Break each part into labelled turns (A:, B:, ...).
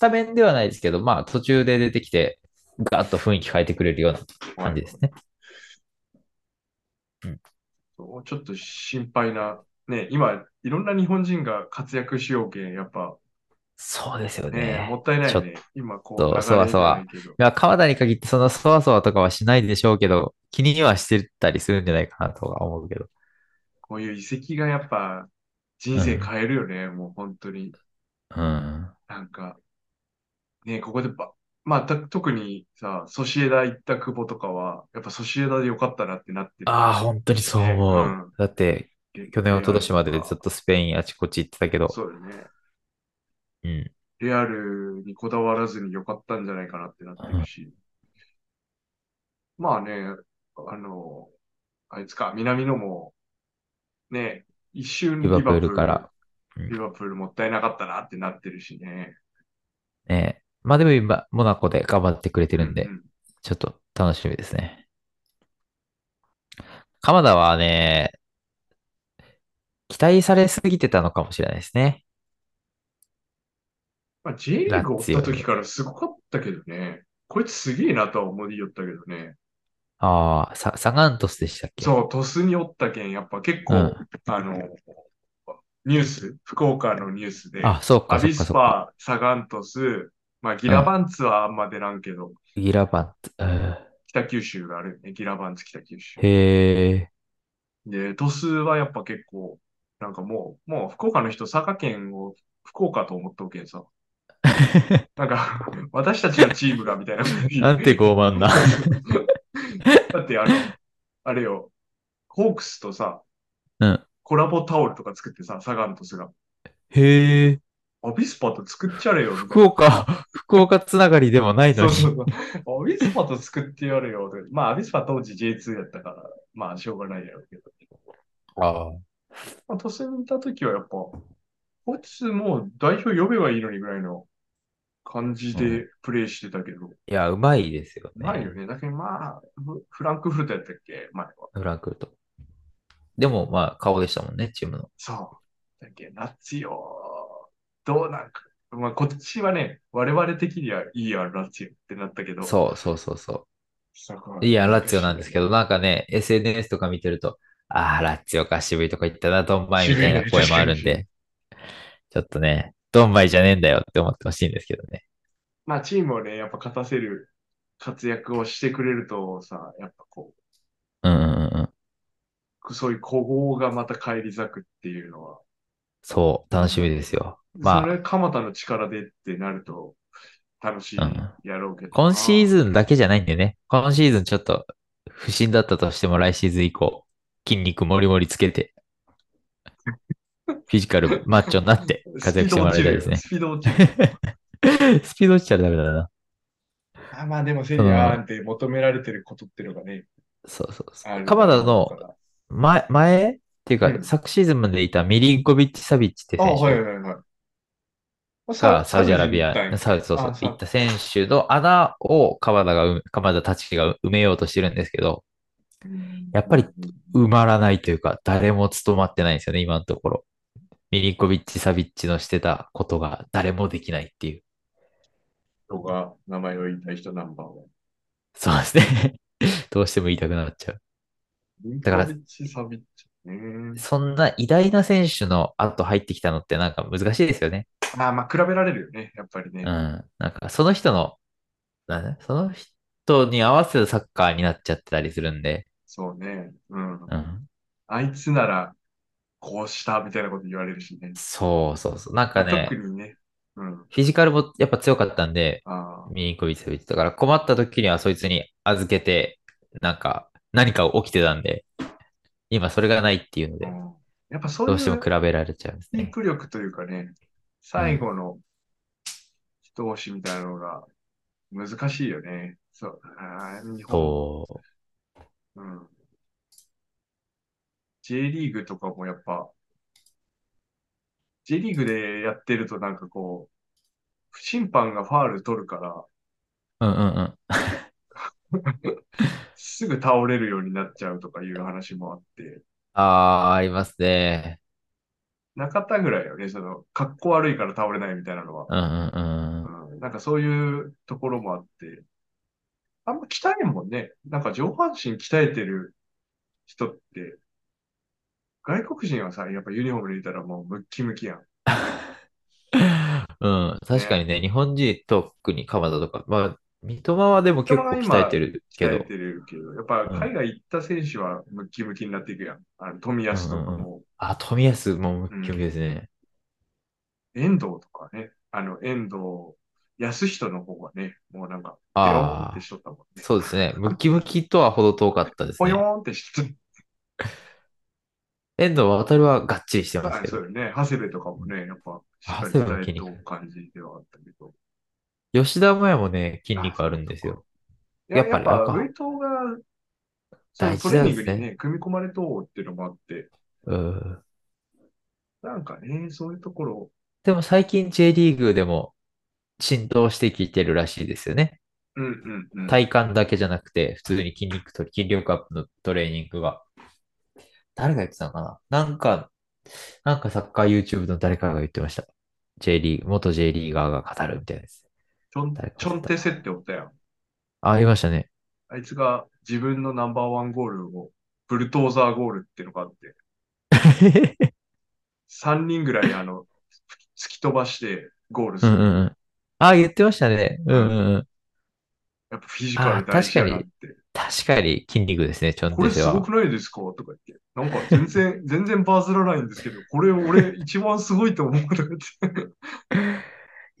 A: タメンではないですけど、まあ途中で出てきて、ガーッと雰囲気変えてくれるような感じですね。
B: そうちょっと心配な、ね、今、いろんな日本人が活躍しようけん、やっぱ、
A: そうですよ
B: ね、
A: ね。
B: もったいない
A: ちょっ
B: ね。今、こ
A: そう
B: 流れ
A: そわそわ
B: ないけど、
A: まあ、川田に限ってそのそわそわとかはしないでしょうけど、気にはしてたりするんじゃないかなとは思うけど。
B: こういう遺跡がやっぱ、人生変えるよね、もう本当
A: う
B: に。
A: ん。
B: なんか、ね、ここでば、まあ、た特にさ、ソシエダ行った久保とかは、やっぱソシエダでよかったなってなってる。
A: ああ、本当にそう思う。
B: ね
A: だって、去年、一昨年までずっ
B: と。
A: とスペインあちこち行ってたけど、
B: そうだよね。
A: うん。
B: レアルにこだわらずに良かったんじゃないかなってなってるし。まあね、あの、あいつか、南野も、ね、一瞬
A: リバプールから。うん
B: リバプールもったいなかったなってなってるしね。
A: ねえ。まあでも今、モナコで頑張ってくれてるんで
B: う、ん
A: ちょっと楽しみですね。鎌田はね、期待されすぎてたのかもしれないですね。
B: まあ、J リーグ
A: ラッ
B: 追
A: ツィ
B: っ
A: オ
B: た時からすごかったけどね。こいつすげえなとは思いよったけどね。
A: ああ、ササガントスでしたっけ
B: そう、鳥栖におったけん、やっぱ結構、
A: うん
B: あの、ニュース、福岡のニュースで、
A: あ、そう
B: ア
A: か、そ
B: ビ
A: うか、
B: ス
A: そうか。
B: パ、サガン鳥栖、まあ、ギラバンツはあんま出らんけど、
A: ギラバンツ。うん
B: 北九州があるよね、ギラバンツ北九州。
A: へえ。
B: で、鳥栖はやっぱ結構、なんかもう、もう福岡の人、佐賀県を福岡と思っとけ んさ。なんか、私たちのチームがみたいな感じ。
A: なんて傲慢な。
B: だってあの、あれよ、ホークスとさ、
A: うん
B: コラボタオルとか作ってさ、サガンとスが、
A: へえ。
B: アビスパと作っちゃれよみたいな。
A: 福岡、福岡つながりでもない
B: そ
A: の
B: う
A: に。
B: そうそう。アビスパと作ってやるよ。でまあ、アビスパ当時 J2 やったから、まあ、しょうがないやろうけど。
A: ああ。
B: まあ、都心にいた時はやっぱ、こいつもう代表呼べばいいのにぐらいの感じ
A: う
B: でプレイしてたけど、
A: いや、うまいですよね。
B: ないよね。だけどまあ、フフランクフルトやったっけ前は。
A: フランクフルト。でも、まあ、顔でしたもんね、チームの。
B: そう。だっけラッツィオ、どうなんか。まあ、こっちはね、我々的にはいいや、ラッツィオってなったけど、
A: そうそうそうそ
B: そこは
A: う。いや、ラッツィオなんですけ
B: ど、
A: ど、なんかね、SNS とか見てると、ああ、ラッツィオか渋いとか言ったな、ドンマイみたいな声もあるんで、ちょっとね、ドンマイじゃねえんだよって思ってほしいんですけどね。
B: まあ、チームをね、やっぱ勝たせる活躍をしてくれるとさ、やっぱこ
A: うんうんうんうん。
B: う、そういう古豪がまた返り咲くっていうのは、
A: そう、楽しみですよ。まあ
B: それ、鎌田の力でってなると、楽しいやろうけどな、
A: 今シーズンだけじゃないんでね、今シーズンちょっと不振だったとしても来シーズン以降、筋肉もりもりつけ て、フィジカルマッチョになって活躍してもらいたいですね。
B: スピード落ちるよ。スピード落ちる
A: スピード落ちたらダメだな。
B: あまあでも、セリアーンって求められてることっていうのがね、
A: そうそうそ
B: あ
A: う。
B: る
A: 鎌田の
B: から
A: 前、前っていうか、
B: うん
A: 昨シーズンまでいたミリンコビッチ・サビッチって
B: あ、
A: 選
B: はい
A: 手
B: はいはい。
A: がサウジアラビ
B: サ
A: ア、
B: ウジに行ったんや
A: サウジ、そうそ
B: あ
A: う、
B: サウ
A: 行った選手の穴を鎌田が埋め、鎌田たちが埋めようとしてるんですけど、やっぱり埋まらないというか、誰も務まってないんですよね、今のところ。ミリンコビッチ、サビッチのしてたことが誰もできないっていう。
B: 人が名前を言いたい人ナンバーワン。
A: そうですね。 どうしても言いたくなっちゃう。だから
B: リンコビッチサビッチ。うん
A: そんな偉大な選手の後入ってきたのってなんか難しいですよね。
B: あーまあ、比べられるよね、やっぱり
A: う
B: ね
A: ん。。なんかその人の、なんだねその人に合わせたサッカーになっちゃってたりするんで、
B: そうね。うん。
A: うん。
B: あいつなら、こうしたみたいなこと言われるしね。
A: そうそうそう。なんかね
B: 特、にね。うん。
A: フィジカルもやっぱ強かったんで、
B: あ
A: ミニコビッチビッチだから困った時にはそいつに預けて、なんか何か起きてたんで、今それがないっていうの
B: ー
A: で
B: う、んやっぱそう
A: ど
B: いう
A: うしても比べられちゃうんです
B: キー
A: ね。
B: プ力というかね、最後の一押しみたいなのが難しいよね。そう。あー日本
A: そう。
B: うん。J リーグとかもやっぱ、J リーグでやってるとなんかこう、審判がファール取るから、
A: うんうんうん。
B: すぐ倒れるようになっちゃうとかいう話もあって、
A: あー、ありますね。
B: なかったぐらいよね、その、格好悪いから倒れないみたいなのは。
A: うんうんうん。
B: うん、なんかそういうところもあって、あんま鍛えんもんね。なんか上半身鍛えてる人って、外国人はさ、やっぱユニフォーム入れたらもうムッキムキやん。
A: うん、確かにね、日本人特に鎌田とか、まあ、三笘はでも結構鍛えてるけど。
B: 鍛えてるけど、やっぱ海外行った選手はムッキムキになっていくやん。あの富安とかも、
A: うんうんうん、あ、富安もムッキムキですね。
B: 遠藤とかね、あの遠藤安人の方がね、もうなんか、ペヨンっ
A: あ
B: て
A: あ、
B: しとったもんね。
A: そうですね。ムキムキとはほど遠かったです
B: ポ ヨー
A: ね。
B: ンってしとっ
A: 遠藤渡はがっちりしてます
B: あ
A: け
B: そう
A: ど。
B: よね。長谷部とかもね、やっぱしっ
A: 長
B: かり
A: 谷部も筋
B: 鍛えと
A: 肉。
B: う感じではあったけど。
A: 吉田麻也もね、筋
B: あ、
A: 肉
B: そ
A: あ
B: っ
A: るん
B: か
A: です
B: そっか。
A: よ。
B: い
A: や
B: や、
A: っ
B: や
A: ぱ
B: っ
A: りなん
B: ぱウ
A: か
B: ェイトが、その
A: 大
B: ト
A: 事
B: レ
A: な
B: ー
A: ん
B: ニ
A: で
B: ング
A: す
B: に
A: ね。
B: ね、組み込まれとうっていうのもあって、
A: うん。
B: なんかね、そういうところ、
A: でも最近 J リーグでも浸透してきてるらしいですよね。
B: うんうんうん。
A: 体幹だけじゃなくて、普通に筋肉と筋力アップのトレーニングが。誰が言ってたのかななんか、なんかサッカー YouTube の誰かが言ってました。J リーグ、元 J リーガーが語るみたいです。
B: ちょん、
A: 誰か
B: ちょ
A: 忘れ
B: ん
A: た
B: てせ
A: な。
B: っておったやん。
A: あ、いました ね。
B: あいつが自分のナンバーワンゴールを、ブルトーザーゴールっていうのがあって、3人ぐらいあの、 突き飛ばしてゴール
A: う
B: す
A: んう
B: る。
A: んうん。あ、言ってましたね。う
B: うん。
A: うんんうん。
B: やっぱフィジカル
A: あ、
B: 大
A: 確
B: 事
A: か
B: やなっ
A: に、
B: て。
A: 確かに筋肉ですね、チョン
B: こ
A: テ
B: れ
A: セ
B: すご
A: は。
B: くないですかとか言って。なんか全然、 全然バズらないんですけど、これ俺一番すごいと思うとか言って。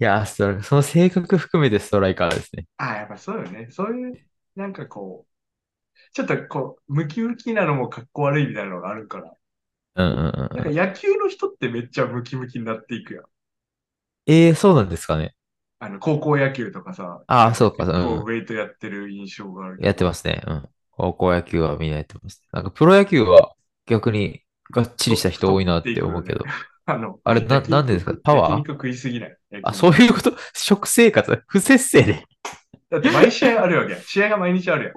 A: いや、ストライその性格含めてストライカーですね。
B: ああ、やっぱそうよね。そういう、なんかこう、ちょっとこう、ムキムキなのもかっこ悪いみたいなのがあるから。
A: うんうんうん
B: なん
A: う
B: か
A: ん。
B: 野球の人ってめっちゃムキムキになっていくやん。
A: ええそうなんですかね。
B: あの、高校野球とかさ、
A: ああ、
B: なんか
A: そうか、
B: 結
A: う
B: 構
A: ん。
B: ウェイトやってる印象があるけ
A: やって
B: ど、
A: ますね。うん。高校野球はみんなやってます。なんかプロ野球は逆にがっちりした
B: 太
A: 人
B: 太
A: 多い
B: っ
A: なって
B: い
A: て
B: く
A: 思
B: よ
A: うけ
B: ね。
A: ど。
B: あの、
A: あれ、な、
B: 焼
A: なんでで
B: 肉
A: すか
B: 食、
A: パ
B: 焼
A: ワー
B: 肉食いすぎない。
A: あ、
B: 焼
A: そう
B: 肉。
A: いうこと食生活不節制で。
B: だって毎試合あるわけやん。試合が毎日ある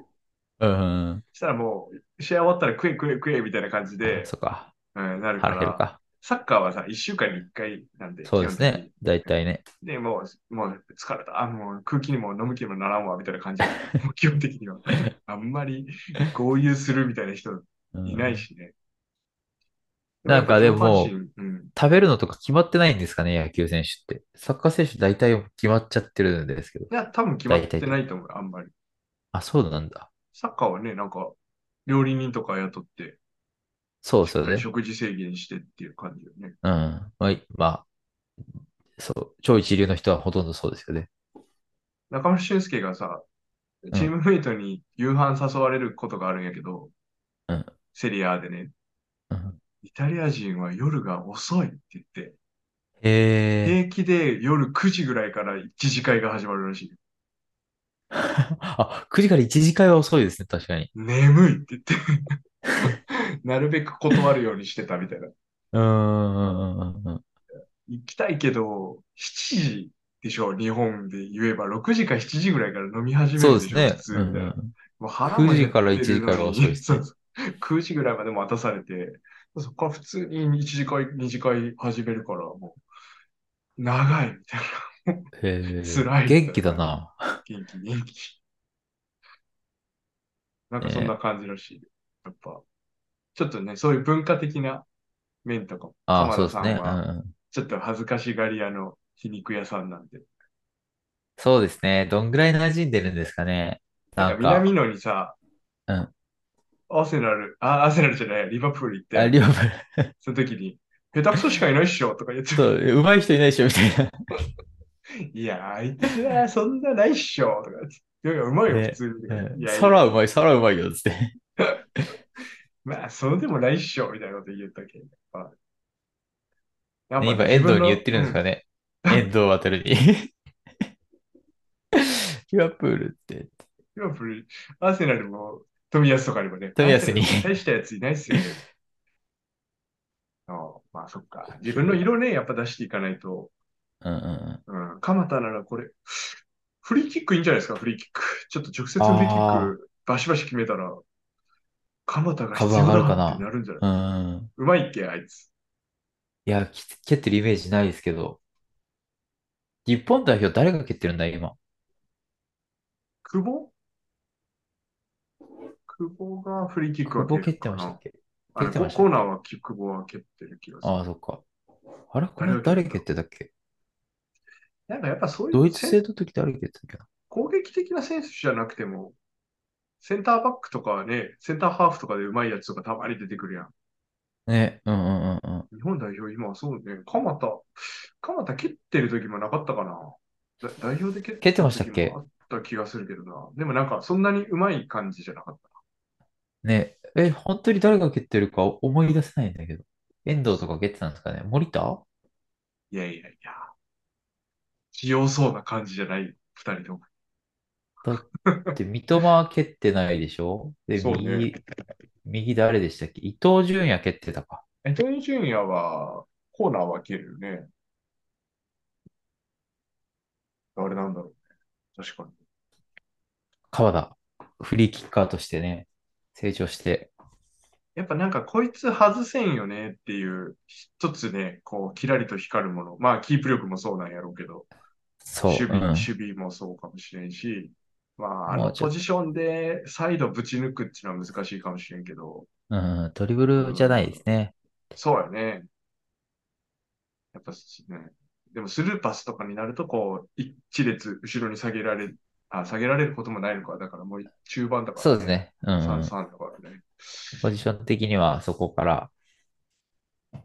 A: う
B: やん。
A: んうん
B: したらもう、試合終わったら食え食え食えみたいな感じ
A: うん。あ、
B: で、
A: そっか。
B: うん、なるか
A: 腹減る
B: ら、
A: か。
B: サッカーはさ、1週間に1回なんで、
A: そう
B: 基
A: で
B: 本
A: す
B: 的
A: ね。
B: に。
A: 大体ね。
B: で、もう、もう疲れた。あ、もう空気にも飲む気にもならんわ、みたいな 感じやん。もう基本的には。あんまり合流するみたいな人
A: う
B: いない
A: ん。
B: しね。でも
A: な
B: やっ
A: ん
B: ぱ
A: か
B: 上
A: で
B: 半
A: も、
B: 身、うん。
A: 食べるのとか決まってないんですかね、野球選手って。サッカー選手大体決まっちゃってるんですけど。
B: いや、多分決ま
A: 大
B: っ
A: 体
B: て
A: と
B: な
A: いう
B: い
A: か。
B: と思う、あんまり。
A: あ、そうなんだ。
B: サッカーはね、なんか、料理人とか雇って、
A: そう
B: し
A: そ
B: っ
A: う
B: かり
A: ね。
B: 食事制限してっていう感じよね。
A: うん。はい。まあ、そう。超一流の人はほとんどそうですよね。
B: 中村俊輔がさ、
A: う
B: チー
A: ん。
B: ムメイトに夕飯誘われることがあるんやけど、
A: うん。
B: セリアでね、
A: うん
B: イタリア人は夜が遅いって言って、
A: へえ。
B: 平気で夜9時ぐらいから一次会が始まるらしい。
A: あ、9時から1時間は遅いですね、確かに。
B: 眠いって言って なるべく断るようにしてたみたいな。
A: うーん。うんうんうん
B: 行きたいけど、7時でしょ、日本で言えば。6時か7時ぐらいから飲み始め
A: そう
B: る
A: で
B: ですしょ、
A: ね。う
B: 普通み
A: ん
B: たいうな。
A: ん。
B: もう腹
A: 9
B: も減
A: 時
B: っ
A: から
B: て
A: 1
B: る
A: 時か
B: の
A: ら遅い
B: に、
A: です
B: そう
A: ね。
B: そう、9時ぐらいまで待たされて、そこは普通に1次会、2次会始めるから、もう、長いみたいな。もう
A: へえ。
B: 辛い
A: 元
B: みたい
A: 気
B: な
A: だ
B: 感じ。
A: な。
B: 元気、元気。なんかそん
A: ね
B: な
A: え。
B: 感じらしい。やっぱ、ちょっとね、そういう文化的な面とかも、
A: ああ、
B: 鎌
A: そう
B: 田
A: です
B: さん
A: ね。うん
B: は、
A: うん。
B: ちょっと恥ずかしがり屋の皮肉屋さんなんで。
A: そうですね。どんぐらい馴染んでるんですかね。
B: なん
A: な
B: か
A: んか、
B: 南野にさ、
A: うん。
B: アーセナル、あ、アーセナルじゃない、リバプール行った
A: あ、
B: やん。
A: リバプール
B: その時に、下手くそしかいないっしょとか言って、
A: そう、上手い人いないでしょ、みたい
B: いや、あいつはそんなないっしょとか言って、いやいや、うまい
A: な。
B: よ、普
A: ね。
B: 通に。とか
A: う
B: 言ってい
A: ん。
B: やい
A: サ
B: や、
A: ラうまい、サラうまいよ、つって。
B: まあ、そうでもないっしょみたいなこと言ったけど、やっぱ、やっ
A: ね、
B: ぱ
A: 今、
B: 自
A: 遠
B: 分
A: 藤に言
B: の、
A: ってる
B: うん
A: です
B: ん、
A: かね。遠藤渡に。リバプールって。
B: リバプール、アーセナルも、冨安とかにもね、
A: 富
B: アーセ
A: 安
B: ナル
A: に
B: 大したやついない っすよね。ああまあ、そっか。自分の色ね、やっぱ出していかないと。
A: うんうんうん。
B: うん、鎌田ならこれ、フリーキックいいんじゃないですか、フリーキック。ちょっと直接フリーキッ
A: ああ、
B: クバシバシ決めたら、鎌田が
A: 株
B: 必
A: 上
B: 要
A: がる
B: だ
A: か
B: って
A: な。
B: なるんじゃないう
A: ーん。
B: うまいっけ、あいつ。
A: いや、き蹴ってるイメージないですけど。日本代表誰が蹴ってるんだ、今。
B: 久保久保がフリーキック
A: 久
B: は
A: 保蹴
B: 蹴
A: って
B: るか
A: ました
B: な
A: っ。け
B: あれ
A: 蹴ってました
B: コーナーはキ久保は蹴ってる気がする。
A: ああ、そっか。あれこ
B: 誰
A: れ
B: が蹴
A: 誰
B: った
A: 蹴ってたっけ
B: なんかやっぱそうい
A: ド
B: う
A: イツ
B: せん
A: 製の時誰蹴ってたっけな
B: 攻撃的な選手じゃなくても、センターバックとかはね、センターハーフとかでうまいやつとかたまに出てくるやん。
A: ね、うんうんうんうん。
B: 日本代表今はそうね、鎌田、鎌田蹴ってる時もなかったかな。だ代表で蹴っ
A: 蹴ってましたっけ
B: 時もあった気がするけどな。でもなんかそんなにうまい感じじゃなかった。
A: ね、え、本当に誰が蹴ってるか思い出せないんだけど。遠藤とか蹴ってたんですかね森田
B: いやいやいや。器用そうな感じじゃない、二人とも。
A: で、三笘は蹴ってないでしょで、
B: そうね
A: 右、右誰でしたっけ伊東純也蹴ってたか。
B: エトニー・ジュニアは、コーナーは蹴るよね。あれなんだろうね。確かに。
A: 川田、フリーキッカーとしてね、成長して。
B: やっぱなんかこいつ外せんよねっていう、一つね、こう、キラリと光るもの。まあ、キープ力もそうなんやろうけど、
A: そう、
B: 守備、
A: うん
B: 守備もそうかもしれんし、まあ、あ
A: も
B: の
A: うちょ
B: ポ
A: っと
B: ジションでサイドぶち抜くっていうのは難しいかもしれんけど、
A: うんうん、ドリブルじゃないですね。
B: そうやね。やっぱしね。でもスルーパスとかになると、こう、一列後ろに下げられ、あ、下げられることもないのか。だからもう中盤だから、
A: そうです。ね。うん、うん。
B: 3、3だからね。
A: ポジション的にはそこから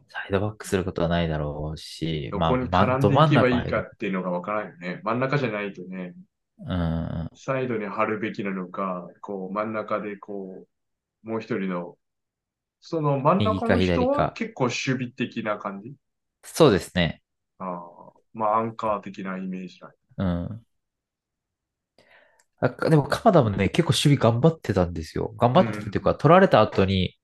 A: サイドバックすることはないだろうし、
B: ど
A: まあ、
B: こに
A: ま
B: 絡
A: あ
B: んで
A: ど
B: い
A: 真ん
B: けば
A: 中
B: いいか
A: 入
B: っ
A: る。
B: ていうのがわからんよね。真ん中じゃないとね、
A: うん。
B: サイドに張るべきなのか、こう、真ん中でこう、もう一人の、その真ん中の
A: 右か
B: 人
A: 左
B: は
A: か
B: 結構守備的な感じ。
A: そうですね。
B: あーまあ、アンカー的なイメージだ。
A: うん。あかでも、鎌田もね、結構守備頑張ってたんですよ。頑張ってたっていうか、取られた後に、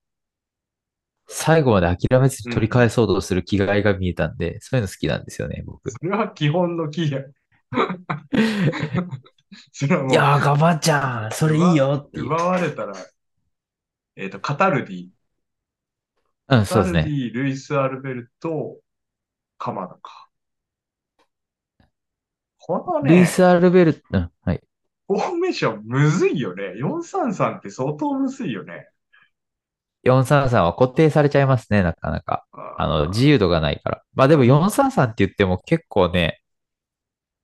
A: 最後まで諦めずに取り返そうとする気概が見えたんで、そういうの好きなんですよね、 僕。
B: それは基本のキーや。 それはもう
A: いやー、我慢じゃんそれいいよっていう。
B: 奪われたら、えっ、と、カタルディ。
A: うん、
B: カ
A: そ
B: タ
A: うです
B: ルデ
A: ね。
B: ィ、ルイス・アルベルト、カマダか。この
A: ルイ
B: ね、
A: ス・アルベルト、うん、はい。
B: フォーメーションむずいよね。433って相当むずいよね。
A: 433は固定されちゃいますね、なかなか。あ
B: あ
A: の、自由度がないから。まあでも433って言っても結構ね、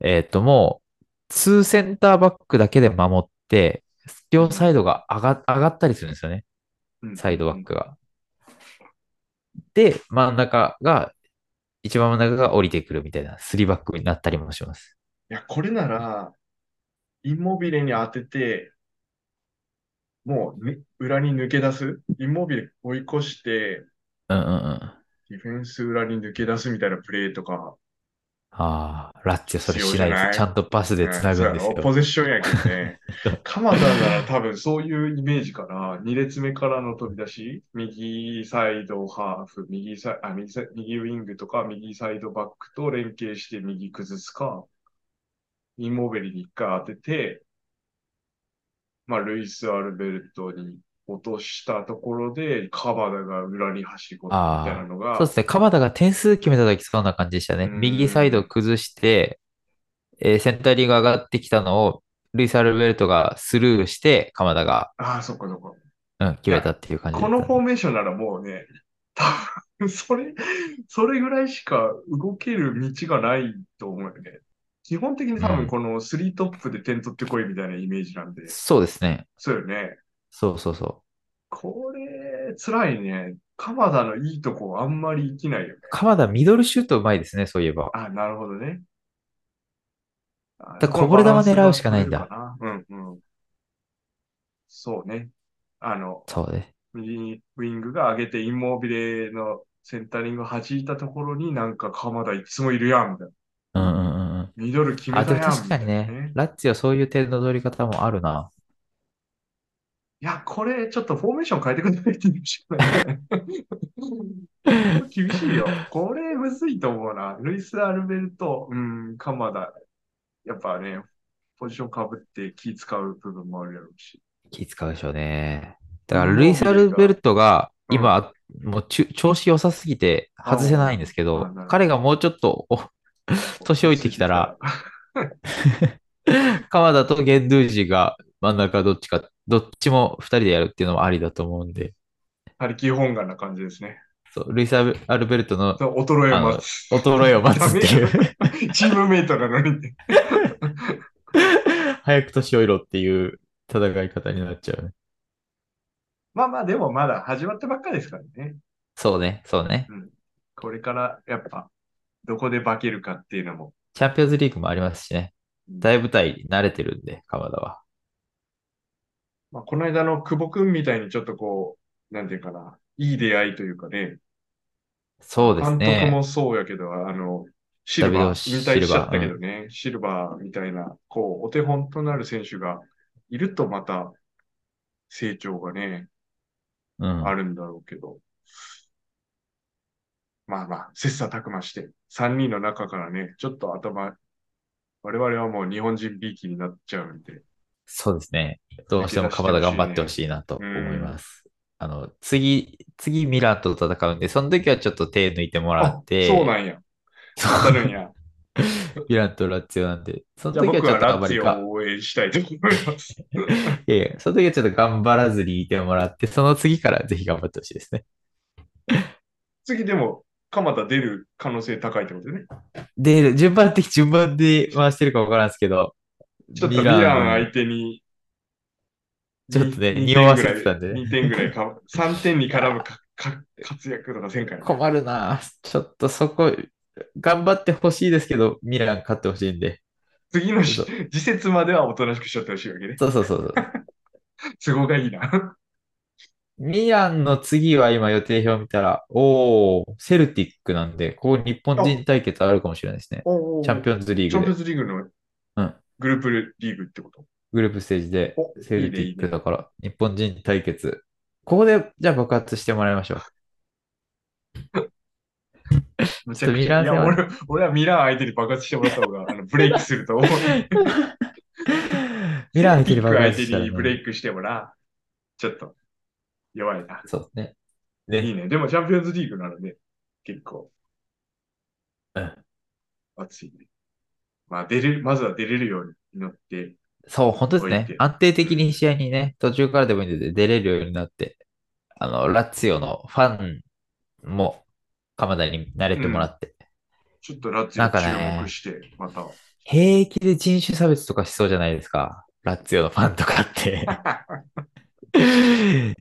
A: えっともう、2センターバックだけで守って、両サイドが上が上がったりするんですよね、
B: の
A: サイドバックが。で、真ん中が、一番真ん中が降りてくるみたいな、3バックになったりもします。
B: いや、これなら、インモビレに当てて、もうね、裏に抜け出す。インモビレ追い越して、
A: うんうんうん。あ
B: ディフェンス裏に抜け出すみたいなプレーとか。
A: あー、ラッチョそれしないで
B: 必要じゃな
A: す。
B: い
A: ちゃんとパスで繋ぐんです
B: うんそうやろ
A: よ
B: ポ。ゼッションやけど ね。鎌田なら多分そういうイメージかな。2列目からの飛び出し、右サイドハーフ、右サイあ右サイ右ウィングとか、右サイドバックと連携して右崩すか、インモベリに一回当てて、まあ、ルイス・アルベルトに落としたところで、鎌田が裏に走り込むみたいなのが
A: そう、ですね。鎌田が点数決めたとき、そんな感じでしたね。
B: うん
A: 右サイドを崩して、えーセンタリーが上がってきたのを、ルイス・アルベルトがスルーして、鎌田が、
B: ああ、そっかそっか。
A: うん、決めたっていう感じだ
B: こ
A: ったん
B: の
A: で
B: フォーメーションならもうね、多分それ、それぐらいしか動ける道がないと思うよね。基本的に多
A: う
B: 分
A: ん
B: この3トップで点取ってこいみたいなイメージなんで。
A: そうですね。
B: そうよね。
A: そうそうそ
B: これ、辛いね。鎌田のいいとこあんまり生きないよね
A: う。。鎌田、ミドルシュートうまいですね、そういえば。
B: あ、なるほどね。あ
A: だからこぼれ球狙うしかないんだ。
B: うんうん。そうね。あの、
A: そうです。
B: 右ウィングが上げて、インモービレのセンタリングを弾いたところになんか鎌田いつもいるやん、みたいな。
A: うんうんうんうん。
B: ミドル決め
A: あ、
B: た
A: でも
B: やん、
A: 確かに
B: みたいな
A: ね、ラッツィはそういう点の取り方もあるな。
B: いや、これちょっとフォーメーション変えてくださいって言うしかないね。厳し いよ。これむずいと思うな。ルイス・アルベルト、うん、鎌田。やっぱね、ポジションかぶって気使う部分もあるやろうし。
A: 気使うでしょうね。だから、ルイス・アルベルトが
B: うん
A: 今、もうちゅ調子良さすぎて外せないんですけ
B: あなる
A: ど
B: ほど、
A: 彼がもうちょっとお年老いてきたら、 川田とゲンドゥージが真ん中どっちか、どっちも2人でやるっていうのもありだと思うんで、
B: 他力本願な感じですね。
A: そうルイス・アルベルトの
B: そう衰えを待つ。
A: 衰えを待つっていう
B: チームメイトなのにね。
A: 早く年老いろっていう戦い方になっちゃうね。
B: まあまあ、でもまだ始まったばっかですからね。
A: そうね、そうね。
B: これからやっぱ、どこで化けるかっていうのも。
A: チャンピオンズリーグもありますしね。大舞台に慣れてるんで、鎌田は。
B: まあ、この間の久保くんみたいにちょっとこう、なんていうかな、いい出会いというかね、
A: そうです
B: 監督
A: ね。
B: もそうやけど、あの、シルバー、
A: ダ
B: 引
A: ビドシルバー
B: 退しちゃったけどね、シルバーみたいな、こう、お手本となる選手がいるとまた成長がね、
A: うん
B: あ。るんだろうけど。まあまあ、切磋琢磨して、3人の中からね、ちょっと頭、我々はもう日本人びいきになっちゃうんで、
A: そうですね。どうしても鎌田頑張ってほしいなと思います。あの、次、次ミラーと戦うんで、その時はちょっと手抜いてもらって、
B: そう なんや。当たるんや。
A: ミラーとラッツィオなんで、その
B: じゃあ
A: 時は
B: 僕
A: ちょ
B: は
A: っとあ
B: ラ
A: ま
B: ッツ
A: り
B: ィ
A: か、
B: オを応援したいと思います。
A: いやいや、その時はちょっと頑張らずにいてもらって、その次からぜひ頑張ってほしいですね。
B: 次でも、鎌田出る可能性高いってことね。
A: で、順番的順番で回してるかわからんすけど、
B: ちょっとミラン相手に、
A: ちょっとね
B: に
A: 匂わせてたんでね
B: 2点ぐらいか、3点に絡む かか活躍とかせんからね。
A: 困るなちょっとそこ、頑張ってほしいですけど、ミラン勝ってほしいんで。
B: 次の
A: そ
B: し
A: う
B: 時節まではおとなしくしちゃってほしいわけね。
A: そうそうそうそう。
B: 都合がいいな。
A: ミランの次は今予定表見たら、おー、セルティックなんで、ここ日本人対決あるかもしれないですね。チャンピ
B: オン
A: オンズリ
B: チャ
A: ー
B: ン
A: グ
B: ピオン
A: で、
B: ズリーグの
A: うん
B: グループリーグってこと。
A: グループステージで、
B: お
A: セルテ
B: いいねい
A: ィ
B: い
A: ッ
B: ね
A: クだから、日本人対決。ここで、じゃあ爆発してもらい ましょう。
B: む
A: ちょっとミラン
B: い
A: 戦
B: や
A: は
B: 俺俺はミラン相手に爆発してもらった方があのブレイクす ると思う。
A: ミラン相手に爆
B: 相
A: 発
B: 手
A: したら
B: にブレ
A: ね、
B: イクしてもら、ちょっと弱いな。
A: そうね。
B: いいね。でもチャンピオンズリーグならね、結構
A: うん
B: 熱いね。まあ出れる、まずは出れるように祈って、
A: そう、本当です
B: 置いて
A: ね。安定的に試合にね、途中からでもいいので出れるようになって、あの、ラッツィオのファンも、鎌田に慣れてもらって、
B: ちょっとラッツ
A: な
B: ィ
A: んか
B: に
A: ね
B: 注目して、また。
A: 平気で人種差別とかしそうじゃないですか。ラッツィオのファンとか って。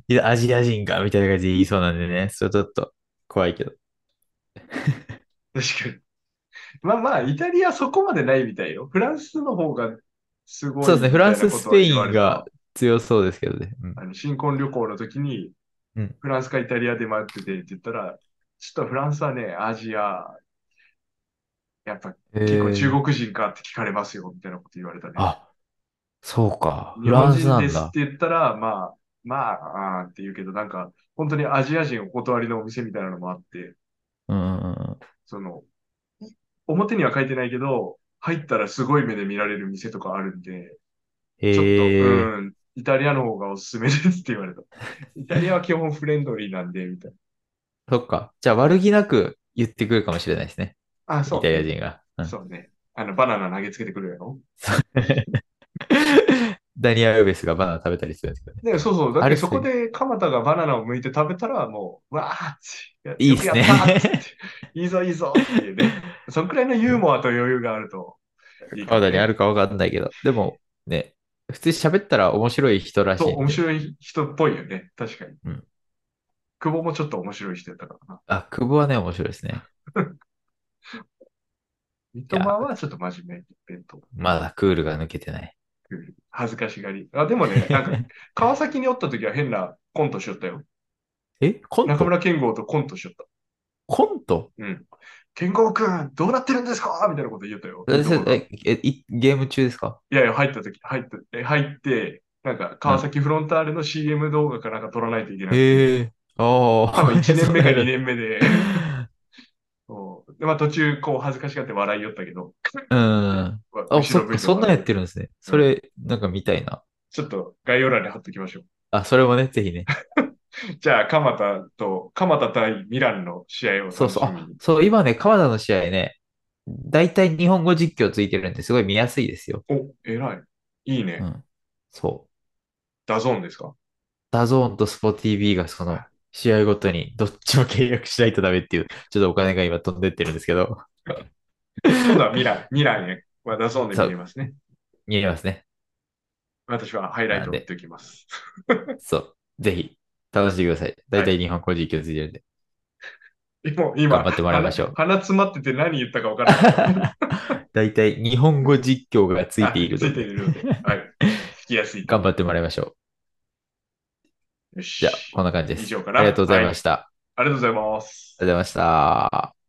A: いやアジア人かみたいな感じで言いそうなんでね。それちょっと怖いけど。
B: 確かに。まあまあ、イタリアそこまでないみたいよ。フランスの方がすごい
A: そうですね。フランス、スペイン。
B: みたいなことは言わ
A: が
B: れ
A: 強そうですけどね。うん
B: たあの新婚旅行の時に
A: うん、
B: フランスかイタリアで迷っててって言ったら、ちょっとフランスはね、アジア、やっぱ結構中国人かって聞かれますよ、みたいなこと言われたね。
A: あ、そうか。
B: 日
A: フラ
B: 本
A: ンス
B: 人
A: な
B: で
A: ん
B: すっ
A: だ。
B: て言ったら、まあ、まあ、あーって言うけど、なんか、本当にアジア人お断りのお店みたいなのもあって、
A: うんうんうん。
B: その、い表には書いてないけど、入ったらすごい目で見られる店とかあるんで、ちょっと、
A: へえ
B: うん、イタリアの方がおすすめですって言われた。イタリアは基本フレンドリーなんで、みたい
A: そっか。じゃあ悪気なく言ってくるかもしれないですね。
B: な。あ、
A: イ
B: そう。
A: タリア人が。うん
B: そうね。あの、バナナ投げつけてくるやろ。
A: ダニア・ウベスがバナナ食べたりするんですけどね。
B: で、そうそう。だっ
A: あ
B: て
A: れ
B: そこで、鎌田がバナナを剥いて食べたら、もう、わーって、
A: いいっすね
B: よくやったーっつっていいぞ、いいぞっていうね。そんくらいのユーモアと余裕があるといいか
A: カ
B: も
A: ナ
B: ね
A: ダにあるかわかんないけど。でも、ね、普通に喋ったら面白い人らしいん
B: そ
A: で。
B: う、面白い人っぽいよね。確かに。
A: うん
B: 久保もちょっと面白い人やったからな。
A: あ、久保はね、面白いですね。
B: 三笘はちょっと真面目。えっと、
A: まだクールが抜けてない。
B: 恥ずかしがり。あ、でも ね、なんか、川崎におった時は変なコントしよったよ。
A: えコン
B: 中
A: ト
B: 村健吾とコントしよった。
A: コント
B: うん。健吾くん、どうなってるんですかみたいなこと言ったよ。
A: えそれええいゲーム中ですか
B: いやいや、入った時、入った、え入って、なんか、川崎フロンターレの CM 動画かなんか撮らないといけない。
A: へえああ。
B: 多分1年目か2
A: 目。
B: 年目で。そうで、まあ途中、こう恥ずかしがって笑いよったけど。
A: うん。
B: まあ
A: あ、そっか、そんなんやって。
B: 後ろ向いて笑う
A: るんですね。それ、なんか見たいな。
B: ちょっと概要欄に貼っときましょう。
A: あ、それもね、ぜひね。
B: じゃあ、鎌田と、鎌田対ミランの試合を楽し
A: そ
B: みに。
A: うそう。あ、そう、今ね、川田の試合ね、大体日本語実況ついてるんですごい見やすいですよ。
B: お、偉い。いいね。
A: うん。そう。
B: ダゾーンですか
A: ダゾーンとスポ TV がその試合ごとにどっちも契約しないとダメっていう、ちょっとお金が今飛んでってるんですけど、
B: 今度はミ ラー、ミラーね。まあ、ダゾーンで見れますね。
A: 見えますね。
B: 私はハイライトを追っておきます。
A: そう。ぜひ、楽しんでください。大体日本語実況ついてるんで。
B: もう 今、
A: 頑張ってもらいましょう
B: 鼻鼻詰まってて何言ったか分からない。
A: 大体日本語実況が ついている
B: あついているので。はい。聞きやすい。
A: 頑張ってもらいましょう。
B: よし。
A: じゃあ、こんな感じで
B: 以
A: す。
B: 上かな
A: ありがとうございました。
B: ありがとうございます。
A: ありがとうございました。